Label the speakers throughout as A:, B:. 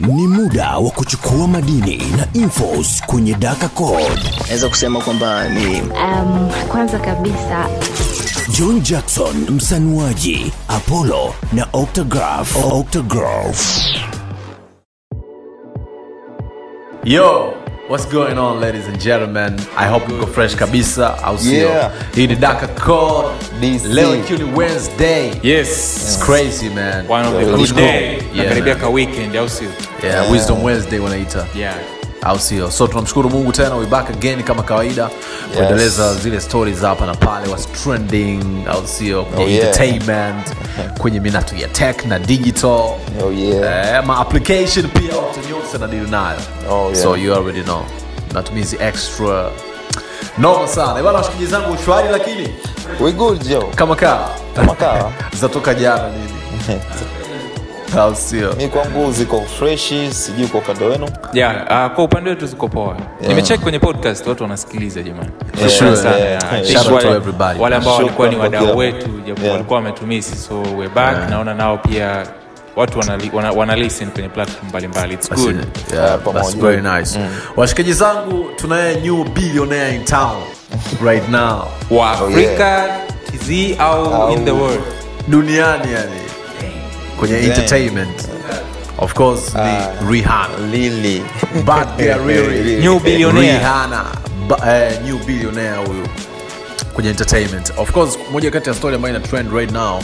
A: ni muda wa kuchukua madini na infos kwenye daka code
B: naweza kusema kwamba ni
C: Um, kwanza kabisa
A: john jackson msanuaji apollo na octograph octograph
D: Yo, what's going on ladies and gentlemen? I hope mko fresh kabisa au sio?
E: Yeah.
D: Hii ni Daka Call.
E: DC.
D: Leo ikiwa ni Wednesday. It's
F: yes
D: crazy man.
F: one of the
D: Let's
F: good
D: go.
F: day
D: Yeah,
F: nakaribia
D: man.
F: ka weekend au sio
D: Yeah, Wisdom Wednesday wanaita.
F: yeah
D: Au sio? So tunamshukuru Mungu tena we back again kama kawaida kuendeleza zile stories hapa na pale was trending au sio? Kwenye
E: Oh, yeah.
D: entertainment, kwenye minato ya tech na digital.
E: Oh, yeah.
D: Eh, ma application pia option yote nadili nayo.
E: Oh, yeah.
D: So you already know. Matumizi extra. Noma sana. Bwana washikizi zangu shwari lakini
E: We good, Joe.
D: kama kaa.
E: Kama kawa.
D: Zatoka jana nini? Au sio?
E: Mi kwangu ziko freshi, sijui kwa upande wenu.
F: yeah uh, kwa upande wetu ziko poa nimecheck kwenye podcast watu wanasikiliza jamani
D: For sure.
F: Sana,
E: yeah.
F: yeah. I
D: Shout
F: think
D: out to
F: wale-
D: everybody.
F: wale ambao
E: Sure,
F: walikuwa ni
E: kwa kila
F: wadau
E: mtu.
F: wetu japo
E: Yeah.
F: walikuwa wametumisi so we back naona nao pia watu wanali- wana- wana listen kwenye platform mbalimbali It's
D: That's
F: good.
D: it. Yeah,
E: pamoja.
D: that's very nice. washikaji zangu tunaye new billionaire in town right now
F: wa
E: Oh,
F: afrika tz au
E: Au-
F: in the world
D: duniani yani kwenye entertainment of course ni Rihanna.
E: Lili.
D: Bad girl, really.
F: new billionaire
D: eh, Rihanna, ba- eh, new billionaire huyu kwenye entertainment of course moja kati ya story ambayo ina trend right now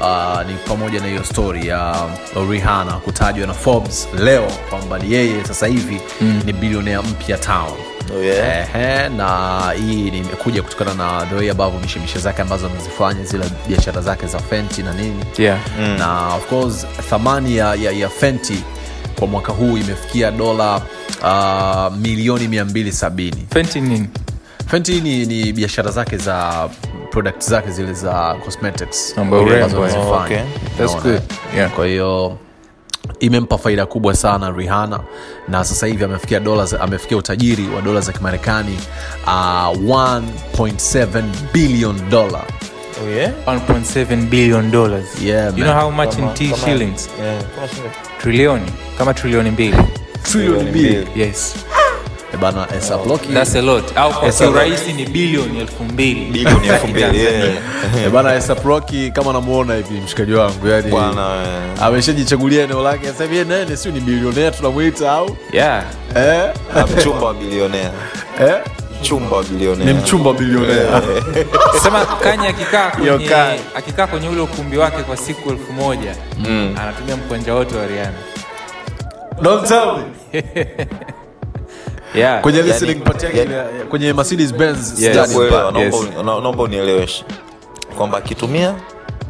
D: Uh, ni pamoja na hiyo story ya rihana kutajwa na forbes leo kwamba ni yeye sasa hivi mm. ni bilionea mpya town
E: Oh, yeah.
D: Ehe, na hii ni imekuja kutokana na the way ambavyo mishemishe zake ambazo amezifanya zile biashara zake za fenti na nini
F: yeah
D: na of course thamani ya, ya, ya fenti kwa mwaka huu imefikia dola uh, milioni 270
F: fenti nini
D: fenti ni, ni biashara zake za product zake zile za cosmetics
F: Ambayo
D: Zile
F: urembo,
D: ambazo
F: eh.
D: wanazifanya.
E: Okay.
F: That's
D: Unaona,
F: good.
D: eh?
F: Yeah.
D: kwa hiyo imempa faida kubwa sana Rihanna na sasa hivi amefikia dola za- amefikia utajiri wa dola za Kimarekani uh, 1.7 billion dollar
F: 1.7 billion dollars
D: Yeah,
F: you
D: man.
F: know how much in t shillings
E: Yeah. Kama shilingi-
F: trilioni kama trilioni mbili
D: trillion mbili
F: yes
D: Eh bana Esa Blocky.
F: that's a lot au kwa
D: That's a lot.
F: kiurahisi ni bilioni elfu mbili
E: Bilioni elfu mbili, yeah.
D: Eh bana esaproki kama namuona hivi mshikaji wangu yani
E: Bwana, eh.
D: ameshajichagulia eneo lake sasa hivi yeye nene siu ni bilionea tunamwita au
F: yeah
D: eh?
E: Na Ah, mchumba wa bilionea.
D: Eh?
E: Mchumba wa bilionea.
D: ni mchumba bilionea
F: sema kanye akikaa
D: Yo,
F: kwenye,
D: Kanye.
F: akikaa kwenye ule ukumbi wake kwa siku elfu moja mm. anatumia mkwanja wote wa riana
D: Don't tell me.
F: yeah.
D: kwenye
E: Yani-
D: listening party yake ile- eh, kwenye Mercedes Benz
F: Yes.
D: sijani.
E: Sijakuelewa, naomba
F: Yes.
E: uni- na- naomba unieleweshe kwamba akitumia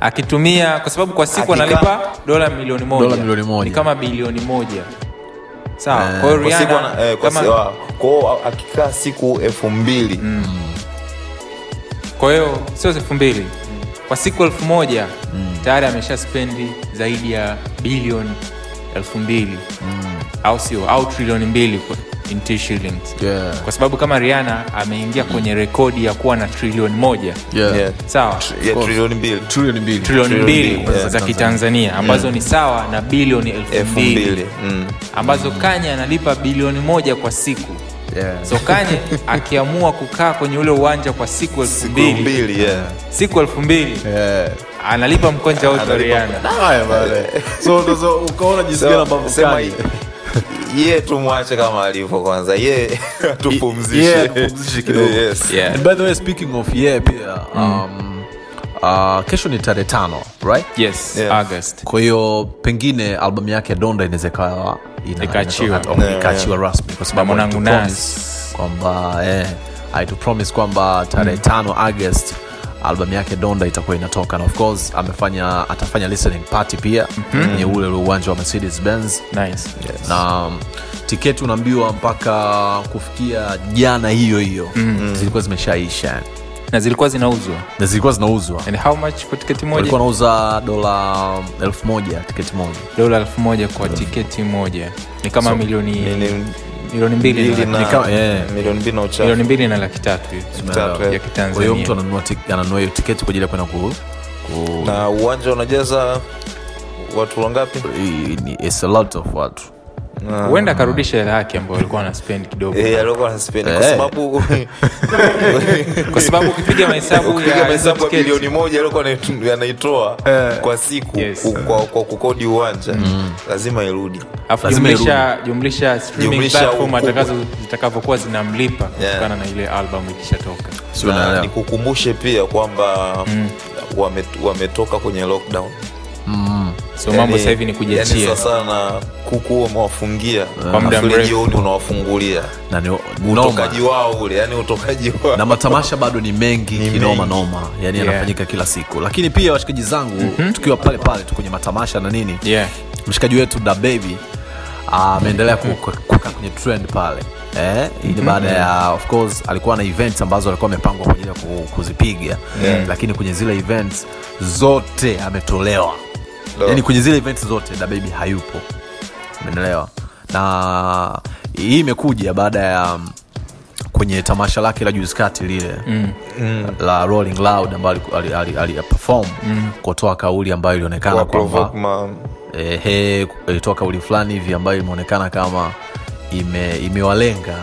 F: akitumia kwa sababu kwa siku
E: Akikaa-
F: analipa dola milioni moja
D: Dola milioni moja.
F: ni kama bilioni moja sawa
D: Eh,
F: kwa hiyo
E: kwa siku ana-
F: riana
E: eh, kwa si- wa- kwao akikaa siku elfu mbili
F: kwa hiyo sio elfu mbili kwa siku elfu moja
D: Mm.
F: tayari amesha spendi zaidi ya bilioni elfu mbili
D: Mm.
F: au sio au trilioni mbili kwa- in T shillings
D: Yeah. Mm.
F: kwa sababu kama riana ameingia kwenye rekodi ya kuwa na trilioni moja
D: Yeah.
E: Yeah.
F: sawa
E: ya
D: course.
E: trilioni mbili
D: Trillion mbili.
F: trilioni mbili
D: yeah,
F: za
D: Tanzania. Mm.
F: kitanzania ambazo ni sawa na bilioni elfu
E: elfu
F: mbili
E: mbili Mm.
F: ambazo kanye analipa bilioni moja kwa siku
D: Yeah.
F: so kanye akiamua kukaa kwenye ule uwanja kwa siku elfu
E: Siku
F: mbili
E: mbili yeah.
F: siku elfu mbili
D: Yeah.
F: analipa mkonja wote wa
E: Analipa-
F: riana
D: Haya bana. So ndio ukaona jinsi gani ambavyo
E: sema
D: Kanye-
E: ye tumwache kama alivyo kwanza ye
D: Yeah,
E: tupumzishe
D: tupumzishe kidogo.
E: Yes.
F: Yeah.
D: And by the way speaking of yeah pia
E: Mm.
D: um, uh, kesho ni tarehe tano right
F: yes
E: Yeah.
F: august
D: kwa hiyo pengine albamu yake ya donda inaweza ikawa ina-
F: Ikaachiwa.
D: ina- au
E: Yeah,
D: ikaachiwa rasmi kwa sababu
F: Mwanangu
D: alitupromise
F: Nas. Mm.
D: kwamba eh, alitupromise kwamba tarehe tano agust albamu yake donda itakuwa inatoka na of course amefanya atafanya listening party pia kwenye mm-hmm. ule ule uwanja wa mercedes benz
F: Mhm. nice
D: na um, tiketi unaambiwa mpaka kufikia jana hiyo hiyo
F: Mm.
D: mm-hmm. zilikuwa zimeshaisha
F: na zilikuwa zinauzwa
D: na zilikuwa zinauzwa
F: and how much kwa tiketi
D: walikuwa
F: moja
D: wanauza dola um, elfu moja tiketi moja
F: dola elfu moja kwa tiketi moja ni kama milioni
E: Milioni-
F: milioni mbili na
E: mbili
F: laki-
E: na-
D: ni kama- yeah.
E: milioni mbili na uchafu
F: milioni mbili na laki tatu hivi.
E: Tatu,
F: ya
E: eh.
D: kwa hiyo
F: kitanzania
D: mtu ananunua tik- ananunua hiyo tiketi kwa ajili ya kwenda ku ku-
E: na uwanja unajaza watu wangapi
D: i- ni- it's a lot of watu
F: huenda akarudisha hela yake ambayo alikuwa ana spend kidogo
E: Eh, alikuwa anaspendi kwa
D: Eh.
E: sababu
F: kwa sababu ukipiga mahesabu
E: ukipiga
F: ya hizo
E: mahesabu ya bilioni
F: tiketi
E: moja alikuwa anait- anaitoa kwa siku
F: Eh. Yes. Mm.
E: ku- kwa, kwa kukodi uwanja lazima irudi
F: alafu
D: Lazima
F: jumlisha jumlisha streaming
E: Jumlisha
F: platform
E: ukubwa.
F: atakazo zitakavyokuwa zinamlipa
E: Yeah.
F: kutokana na ile album ikishatoka
D: Sio Mm.
E: na
D: naelewa.
E: nikukumbushe pia kwamba wame- wametoka kwenye lockdown
F: so mambo
E: Yani-
F: sasa hivi ni kujiachia
E: yani sasa na kuku huwa umewafungia
F: Kwa muda
E: Alafu ile
F: mrefu.
E: jioni unawafungulia
D: na ni noma
E: utokaji wao ule yani utokaji wao
D: na matamasha bado ni mengi
E: Ni
D: kinoma
E: mengi.
D: noma yani
F: Yeah.
D: yanafanyika kila siku lakini pia washikaji zangu tukiwa pale pale tu kwenye matamasha na nini
F: yeah
D: mshikaji wetu da baby ah, ameendelea ku- ku- kukaa kwenye trend pale Eh, hii ni baada ya of course alikuwa na events ambazo alikuwa amepangwa kwa ajili ya ku- kuzipiga
F: Yeah.
D: lakini kwenye zile events zote ametolewa
E: Do.
D: yani Yaani kwenye zile events zote da baby hayupo umeelewa na hii imekuja baada ya mm, kwenye tamasha lake la juzi kati lile mm. la rolling loud ambayo aliperform mm. kutoa kauli ambayo ilionekana kwamba
E: Kuwaprovoke ma-
D: ehe, ilitoa kauli fulani hivi ambayo imeonekana kama ime, imewalenga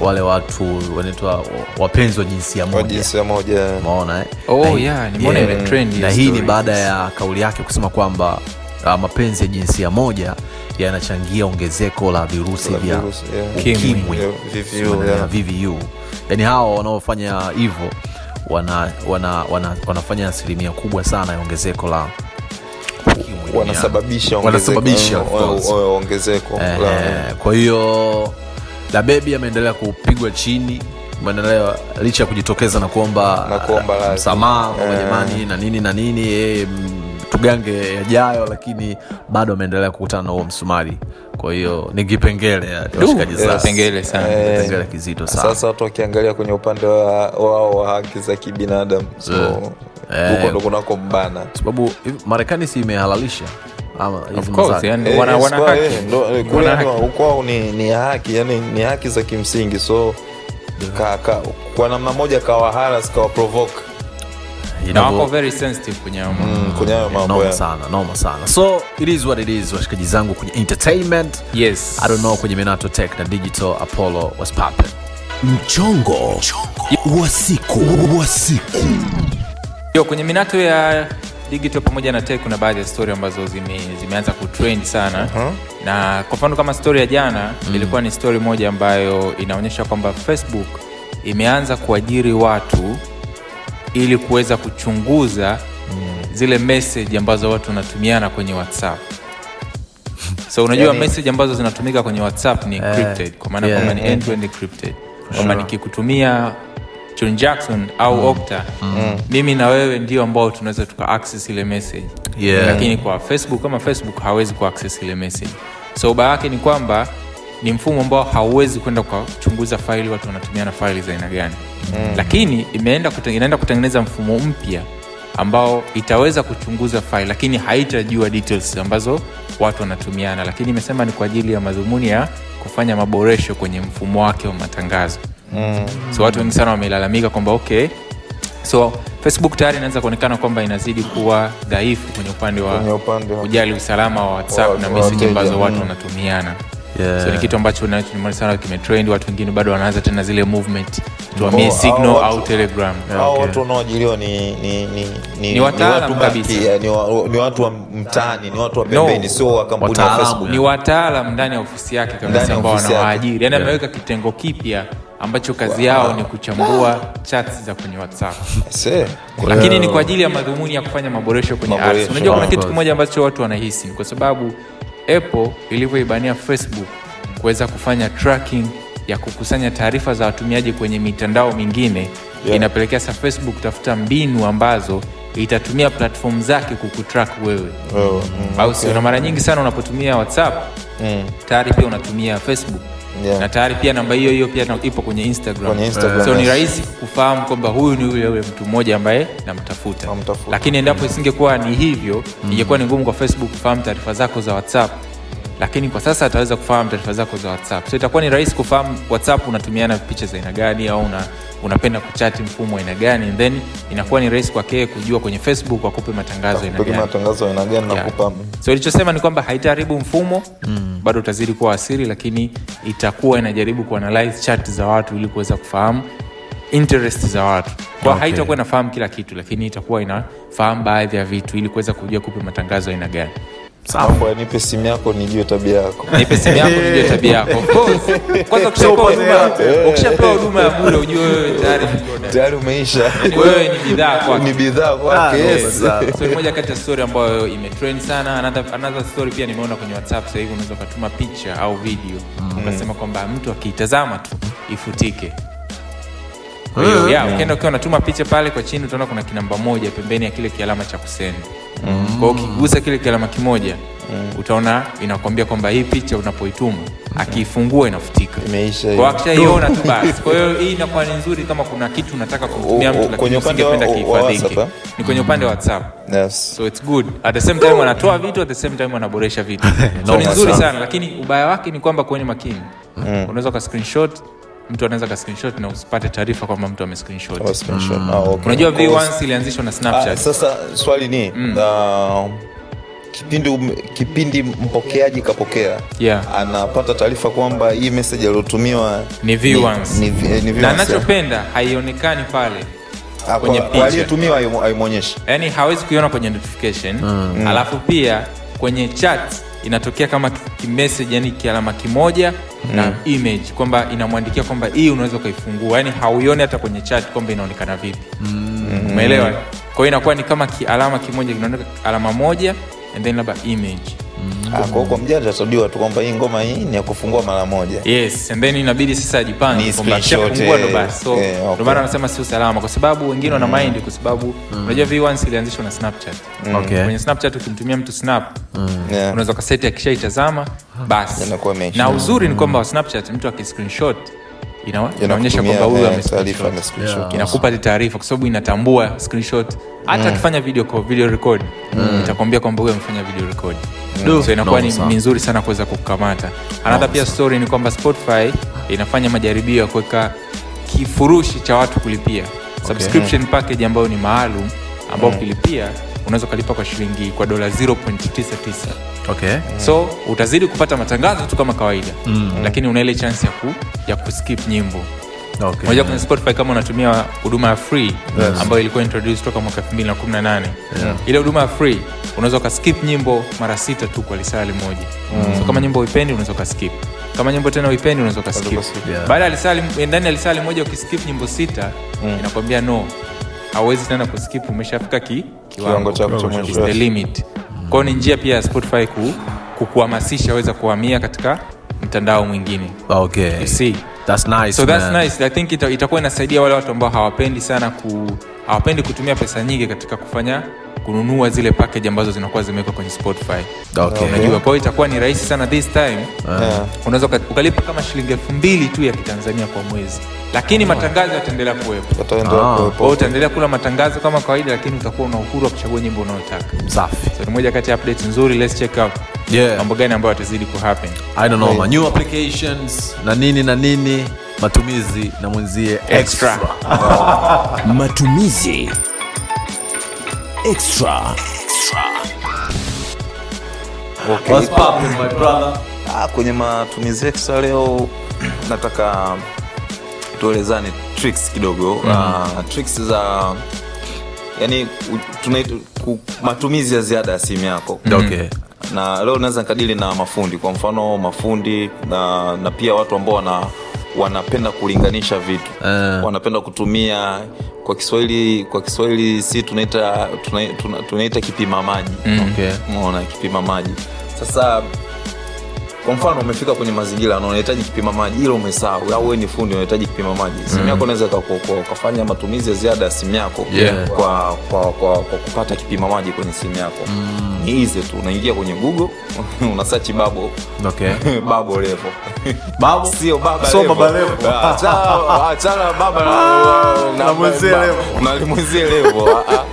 D: wale watu wanaitwa wapenzi wa jinsia
E: kwa
D: moja
E: jinsi ya moja
D: maona eh?
F: Oh,
D: Na-
F: yeah, nimeona ile trend ya
D: na hii ni
F: stories.
D: baada ya kauli yake kusema kwamba ah, mapenzi ya jinsia moja yanachangia ongezeko la virusi
E: La
D: vya
E: virusi, yeah.
D: ukimwi
E: Yeah, VVU,
D: Sio maneno ya
E: yeah.
D: VVU. yaani hawa wanaofanya hivyo wana, wana, wana, wanafanya asilimia kubwa sana ya ongezeko la ukimwi duniani.
E: wanasababisha
D: Wanasababisha, of course.
E: ongezeko- o- o- ongezeko la
D: Eh, kwa hiyo la bebi ameendelea kupigwa chini maendeleo licha ya kujitokeza na kuomba
E: Na kuomba
D: ah,
E: radhi.
D: msamaha kwamba
E: Eh.
D: jamani na nini na nini eh, mm, tugange yajayo lakini bado ameendelea kukutana na huo msumari kwa hiyo ni kipengele ya washikaji
F: eh,
D: zangu.
F: kipengele sana.
D: Eh, kipengele kizito sana
E: sasa watu wakiangalia kwenye upande wa- wao wa haki za kibinadamu so,
D: Eh.
E: huko ndo kunako mbana
D: sababu hivi- marekani si imehalalisha ama hivi
F: course,
D: mazao.
F: yani.
E: Eh,
F: Wana-
E: yes,
F: wana
E: kwa-
F: haki.
E: eh, ndo- eh,
F: Wana
E: kule
F: haki.
E: ndo kwao ni, ni haki yani ni haki za kimsingi so ka, ka, kwa namna moja kawaharas kawaprovoke
F: na
D: Inavyo-
F: wako very sensitive kwenye hayo mambo.
E: mm, kwenye hayo mambo
D: noma
E: ya
D: sana noma sana so it is what it is washikaji zangu kwenye entertainment
F: yes
D: I don't know kwenye Minato Tech na Digital Apollo was popping.
A: Mchongo, Mchongo. wa siku wa siku
F: Yo, kwenye minato ya digital pamoja na tech kuna baadhi ya story ambazo zime, zimeanza kutrend sana uh-huh. na kwa mfano kama story ya jana mm. ilikuwa ni story moja ambayo inaonyesha kwamba facebook imeanza kuajiri watu ili kuweza kuchunguza mm. zile message ambazo watu wanatumiana kwenye whatsapp so unajua yani, Eh, message ambazo zinatumika kwenye whatsapp ni encrypted kwa maana
D: yeah,
F: kwamba ni
D: yeah.
F: end to end encrypted kwamba nikikutumia john jackson au mm. okta mm. mimi na wewe ndio ambao tunaweza tuka access ile message
D: Yeah.
F: lakini kwa facebook kama facebook hawezi ku access ile message so baa yake ni kwamba ni mfumo ambao hauwezi kwenda kuchunguza faili watu wanatumiana faili za aina gani mm. lakini imeenda kuten, inaenda kutengeneza mfumo mpya ambao itaweza kuchunguza faili lakini haitajua details ambazo watu wanatumiana lakini imesema ni kwa ajili ya madhumuni ya kufanya maboresho kwenye mfumo wake wa matangazo mm. so watu wengi sana wamelalamika kwamba okay so facebook tayari inaanza kuonekana kwamba inazidi kuwa dhaifu kwenye upande wa
E: Kwenye upande wa-
F: kujali usalama wa whatsapp
E: Wa-
F: na
E: wa
F: meseji
E: wateja,
F: ambazo watu
E: mm.
F: wanatumiana
D: Yeah.
F: so ni kitu ambacho nacho nimeona sana kimetrend watu wengine bado wanaanza tena zile movement tuamie
E: Oh,
F: signal
E: hao watu-
F: au telegram
E: hao watu wanaoajiriwa ni, ni, ni, ni,
F: Ni wataalam
E: watu
F: kabisa.
E: baki, ya, ni, wa, ni watu wa mtaani ni watu wa pembeni sio wa kampuni ya
D: Wataalamu.
E: facebook
F: ni wataalam ndani ya ofisi yake
E: Ndani
F: kabisa
E: ya
F: ambao
E: ofisi yake.
F: wanawaajiri yani ameweka kitengo kipya ambacho kazi yao ni kuchambua chats za kwenye whatsapp
E: Se,
F: lakini ni kwa ajili ya madhumuni ya kufanya maboresho kwenye
E: Maboresho,
F: apps. unajua kuna
D: of
F: kitu
D: course.
F: kimoja ambacho watu wanahisi ni kwa sababu apple ilivyoibania facebook kuweza kufanya tracking ya kukusanya taarifa za watumiaji kwenye mitandao mingine yeah. inapelekea sa facebook kutafuta mbinu ambazo itatumia platform zake kukutrack wewe
E: Wewe,
F: au sio na mara nyingi sana unapotumia whatsapp tayari pia unatumia facebook
E: Mm. Yeah.
F: na tayari pia namba hiyo hiyo pia na- ipo kwenye instagram,
E: Kwenye Instagram,
F: so ni
E: yes.
F: rahisi kufahamu kwamba huyu ni yule yule mtu mmoja ambaye namtafuta
E: Namtafuta. Mm.
F: lakini endapo isingekuwa ni hivyo ingekuwa ni ngumu kwa facebook kufahamu taarifa zako za whatsapp lakini kwa sasa ataweza kufahamu taarifa zako za whatsapp so itakuwa ni rahisi kufahamu whatsapp unatumiana picha za aina gani au una, unapenda kuchati mfumo wa aina gani and then inakuwa ni rahisi kwake kujua kwenye facebook wakupe matangazo aina
E: Pengine
F: gani
E: matangazo ya aina gani
F: Yeah.
E: nakupa
F: so ilichosema ni kwamba haitaharibu mfumo mm. bado utazidi kuwa asiri lakini itakuwa inajaribu kuanalyze chat za watu ili kuweza kufahamu interest za watu kwa
D: Okay.
F: okay. haitakuwa inafahamu kila kitu lakini itakuwa inafahamu baadhi ya vitu ili kuweza kujua kupe matangazo ya aina gani
E: mambo ya nipe simu yako nijue tabia yako
F: nipe simu yako nijue tabia yako Of course, kwanza ukishapewa huduma ukishapewa huduma ya bure ujue wewe tayari ni product.
E: tayari umeisha
F: wewe ni bidhaa kwake Ah,
E: ni bidhaa kwake yes. Ah,
F: so ni moja kati ya story ambayo imetrend sana another, another story pia nimeona kwenye whatsapp sasa hivi unaweza ukatuma picha au video
E: Mm.
F: ukasema kwamba mtu akiitazama tu ifutike Kwa
E: Mm.
F: hiyo, yeah, ukienda ukiwa unatuma picha pale kwa chini utaona kuna kinamba moja pembeni ya kile kialama cha kusend
E: Mm.
F: kwao ukigusa kile kialama kimoja utaona inakwambia kwamba hii picha unapoituma akiifungua inafutika
E: Imeisha hiyo.
F: Kwa akishaiona tu basi kwa hiyo hii inakuwa ni nzuri kama kuna kitu unataka kumtumia
E: O- o-
F: mtu lakini
E: kwenye upande wa-
F: usingependa
E: wa
F: kihifadhike
E: WhatsApp, eh?
F: ni kwenye upande wa whatsapp
E: Yes.
F: so it's good at the same time wanatoa vitu at the same time wanaboresha vitu so ni
D: Noma
F: nzuri
D: sana.
F: sana lakini ubaya wake ni kwamba kuweni makini
E: Mm.
F: unaweza ka screenshot mtu anaweza ka screenshot na usipate taarifa kwamba mtu ame screenshot
E: Au screenshot. Ah, okay.
F: Mm. unajua
E: Of course.
F: v1 ilianzishwa na
E: Ah,
F: snapchat Mm.
E: sasa swali ni uh, kipindi, um- kipindi mpokeaji kapokea
F: Yeah.
E: anapata taarifa kwamba hii message aliotumiwa
F: Ni viewers.
E: ni- ni- eh, ni
F: na
E: viewers,
F: anachopenda haionekani pale
E: ah, kwa-
F: kwenye
E: kwa
F: picha.
E: aliyetumiwa haimu- haimwonyeshi
F: yani Yaani, hawezi kuiona kwenye notification mm. alafu pia kwenye chat inatokea kama ki- kimessage yani kialama kimoja mm. na image kwamba inamwandikia kwamba hii unaweza ukaifungua yani hauioni hata kwenye chat kwamba inaonekana vipi mm. umeelewa kwa hiyo inakuwa ni kama kialama kimoja kinaoneka alama moja and then labda image Mm.
E: Ah, kwa kwa mjanja atajua tu kwamba hii ngoma hii ni ya kufungua mara moja
F: yes and then inabidi sasa ajipange
E: Ni
F: kwamba
E: screenshot,
F: akishafungua ndo
E: eh,
F: basi so
E: eh, okay. Mm.
F: ndo maana anasema sio salama kwa sababu wengine wana mind kwa sababu unajua v1 ilianzishwa na snapchat
D: Okay.
F: kwenye snapchat ukimtumia mtu snap
E: Yeah.
F: unaweza ukaseti akishaitazama
E: Ah,
F: basi
E: Inakuwa imeisha.
F: na uzuri
E: Mm.
F: ni kwamba wa snapchat mtu akiscreenshot ina- inaonyesha
E: Inakutumia,
F: kwamba huyu
E: eh,
F: ame
E: taarifa
F: screenshot.
E: ame screenshot.
F: inakupa taarifa kwa sababu inatambua screenshot hata akifanya video call, video record itakwambia kwamba huyu amefanya video record
D: Du.
F: so inakuwa ni,
D: Noma sana.
F: ni nzuri sana kuweza kukamata anadha pia story ni kwamba spotify inafanya majaribio ya kuweka kifurushi cha watu kulipia subscription package ambayo ni maalum ambao ukilipia unaweza ukalipa kwa shilingi kwa dola 0.99
D: okay
F: so utazidi kupata matangazo tu kama kawaida mm. lakini una ile chance ya, ku, ya kuskip nyimbo
D: okay
F: unajua kwenye spotify kama unatumia huduma ya free yes. ambayo ilikuwa introduced toka mwaka 218 yeah. ile huduma ya free unaweza ukaskip nyimbo mara sita tu kwa lisaa limoja mm. so kama nyimbo uipendi unaweza ukaskip kama nyimbo tena uipendi unaweza ukaskip
E: Unaweza
D: ukaskip, yeah.
F: baada ya lisaa lim- ndani ya lisaa limoja ukiskip nyimbo sita mm. inakwambia no hauwezi tena kuskip umeshafika ki,
E: kiwango chako cha
F: Is the
E: mwisho
F: limit kwao ni njia pia ya spotify ku, kukuhamasisha aweza kuhamia katika mtandao mwingine
D: okay
F: You see.
D: that's nice
F: so that's
D: man.
F: nice i think ita, itakuwa inasaidia wale watu ambao hawapendi sana ku, hawapendi kutumia pesa nyingi katika kufanya kununua zile package ambazo zinakuwa zimewekwa kwenye spotify
D: okay
F: unajua kwao itakuwa ni rahisi sana this time
E: Yeah.
F: unaweza uka- ukalipa kama shilingi elfu mbili tu ya kitanzania kwa mwezi lakini matangazo yataendelea kuwepo
E: Wataendelea
D: Ah.
E: kuwepo.
F: kwao utaendelea kula matangazo kama kawaida lakini utakuwa una uhuru wa kuchagua nyimbo unayotaka
D: safi
F: so ni moja kati ya update nzuri let's check out
D: Yeah.
F: mambo gani ambayo atazidi kuhappen
D: i don't know man. new applications na nini na nini matumizi na mwenzie extra,
F: Extra.
A: Matumizi extra.
E: Okay.
D: What's poppin', my brother
E: Ah, kwenye matumizi extra leo nataka tuelezane tricks kidogo mm -hmm. uh, tricks za yani u- tunai- ku- matumizi ya ziada ya simu yako
D: okay
F: Mm-hmm.
E: na leo naweza nikadili na mafundi kwa mfano mafundi na, na pia watu ambao wana wanapenda kulinganisha vitu
D: Eh.
E: wanapenda kutumia kwa kiswahili kwa kiswahili si tunaita tuna- tuna- tunaita kipima maji
D: Mm, okay
E: umeona kipima maji sasa kwa mfano umefika kwenye mazingira na unahitaji kipima maji ilo umesahau au wewe ni fundi unahitaji kipima maji simu yako unaweza ikakuokoa ukafanya matumizi ya ziada ya simu yako
D: Yeah.
E: kwa, kwa, kwa, kwa kupata kipima maji kwenye simu yako ni easy tu unaingia kwenye google unasachi babo
D: okay
E: babo levo
D: Babo?
E: sio baba
D: So
E: levo.
D: baba levo.
E: Ah, achana- achana baba na- na-
D: na mwenzie
E: ba-
D: levo.
E: na mwenzie levo Ah, ah.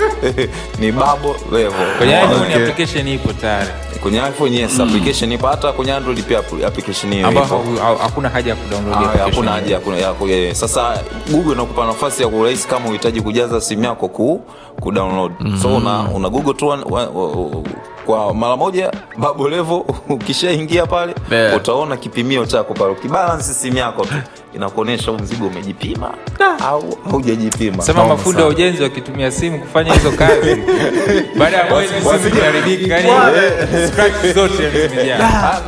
E: ni babo levo
F: kwenye
E: Umeona?
D: Oh,
F: iphone application ipo tayari
E: kwenye iphone yes application ipo hata kwenye android pia app- application hiyo
F: ambao
E: ipo.
F: haku- ha- Mm. hakuna haja ya kudownload
E: Ah,
F: application.
E: hakuna haja ya kuna- ya ku- eh, sasa google inakupa nafasi ya kurahisi kama uhitaji kujaza simu yako ku, ku download
F: Mm.
E: so una, una google tu one- wa- wa- wa- kwa mara moja babo levo ukishaingia pale
D: Yeah.
E: utaona kipimio chako pale ukibalansi simu yako tu inakuonyesha huu mzigo umejipima au haujajipima
F: Ah. sema mafundi wa ujenzi wakitumia simu kufanya hizo kazi baada ya mwezi simu imeharibika yani scratch zote yani zimejaa
E: Ah,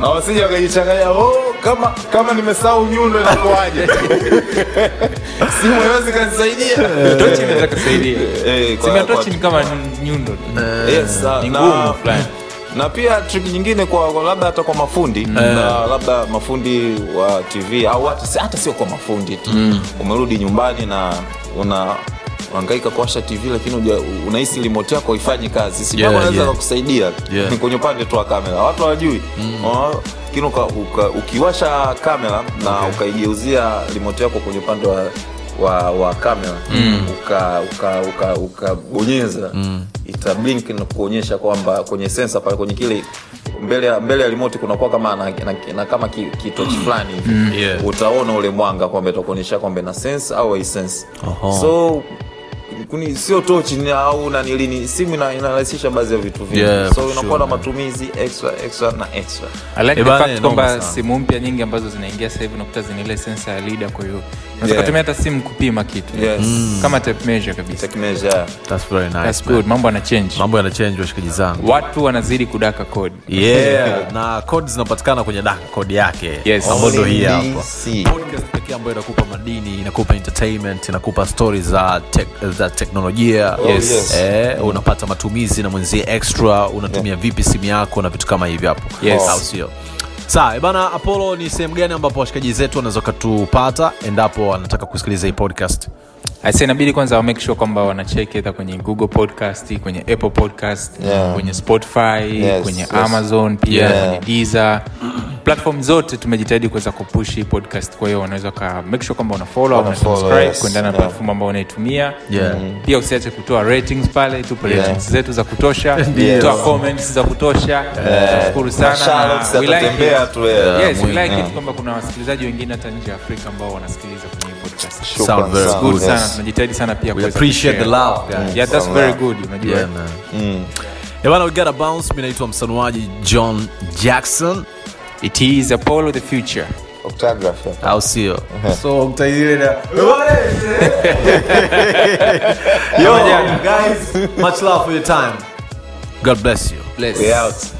E: na wasije wakajichanganya oh, kama kama nimesahau nyundo inakuaje simu haiwezi kanisaidia
F: tochi inaweza kusaidia
E: Eh, kwa-
F: Eh. simu ya tochi
E: kwa-
F: ni kama ni- nyundo tu.
E: Yes, ah,
F: ni
E: na-
F: ngumu fulani
E: na pia trick nyingine kwa, kwa labda hata kwa
F: Mm.
E: mafundi
F: Eh.
E: na labda mafundi wa tv au hata, si- hata sio kwa mafundi tu
F: Mm.
E: umerudi nyumbani na una hangaika kuwasha tv lakini uja- unahisi remote yako haifanyi kazi
D: Yeah,
E: sinaweza
D: yeah.
E: kukusaidia
D: Yeah. Mm.
E: ni kwenye upande tu wa kamera watu hawajui Unaona? lakini uka, uka, ukiwasha kamera na ukaigeuzia remote yako kwenye upande wa wa, wa kamera
D: Mm.
E: ukabonyeza uka, uka, uka ukabonyeza, ita blink na kuonyesha kwamba kwenye sensa pale kwenye kile mbele ya mbele ya remote kunakuwa kama na, na, na kama ki- kitochi fulani hivi
D: yeah.
E: utaona ule mwanga kwamba itakuonyesha kwamba ina sense au haisense
D: Oho.
E: so kuni sio tochi ni- au nanilini simu ina- inarahisisha baadhi ya vitu vingi
D: Yeah,
E: so
D: for
E: inakuwa na
D: sure.
E: matumizi extra extra na extra
F: I like
D: Eh,
F: the
D: bana,
F: fact
D: noma
F: kwamba
D: sana.
F: simu mpya nyingi ambazo zinaingia sasa hivi unakuta zina ile sensa ya lida kwa hiyo unaweza
E: Yeah.
F: kutumia hata simu kupima kitu
E: Yes. Mm.
F: kama tape measure kabisa
E: teknolojia
D: That's very nice,
F: That's
D: man.
F: good. mambo yana change
D: mambo yanachenji washikaji zangu
F: watu wanazidi kudaka kodi
D: yeah na kodi zinapatikana kwenye daka kodi yake
F: Yes.
D: ambayo ndo hii hapa
E: DC.
D: podcast pekee ambayo inakupa madini inakupa entertainment inakupa stori za, tek, za teknolojia
E: Oh, yes.
D: eh, unapata matumizi na mwenzie extra unatumia vipi simu yako na vitu kama hivyo hapo
F: Yes.
D: au sio sawa eh, bana apollo ni sehemu gani ambapo washikaji zetu wanaweza katupata endapo wanataka kusikiliza hii podcast
F: Asa inabidi kwanza wa make sure kwamba wanacheki hata kwenye Google Podcast, kwenye Apple Podcast,
E: Yeah.
F: kwenye Spotify,
E: Yes,
F: kwenye
E: yes.
F: Amazon pia,
E: Yeah.
F: kwenye Deezer. Platform zote tumejitahidi kuweza kupush hii podcast, kwa hiyo wanaweza ka make sure kwamba una follow, una
E: Wanafollow,
F: subscribe
E: yes,
F: kuendana na
E: yeah.
F: platform ambayo unaitumia. Mm-hmm.
D: Yeah.
F: Pia usiache kutoa ratings pale, tupo
E: Yeah.
F: ratings zetu za kutosha,
E: Yes.
F: toa comments za kutosha. Tunashukuru sana. na
E: Charlotte
F: we like
E: atatembea
F: it.
E: tu, yeah.
F: Yes, we
E: Mwingi,
F: like
E: yeah.
F: it kwamba kuna wasikilizaji wengine hata nje ya Afrika ambao wanasikiliza kwenye hii podcast
E: Shukran
D: Sound very
E: sana.
F: good
E: Yes.
F: sana tunajitahidi sana pia
D: Uh, we
F: kuweza
D: appreciate the
F: kushare.
D: love guys.
F: yeah that's
E: Sana.
F: very good unajua
D: Yeah, man. Eh, bana, we gotta bounce mi naitwa msanuaji john jackson
F: it is apollo the future
E: Octography.
D: au sio so
F: Pamoja.
D: guys much love for your time god bless you
F: Bless.
E: We out.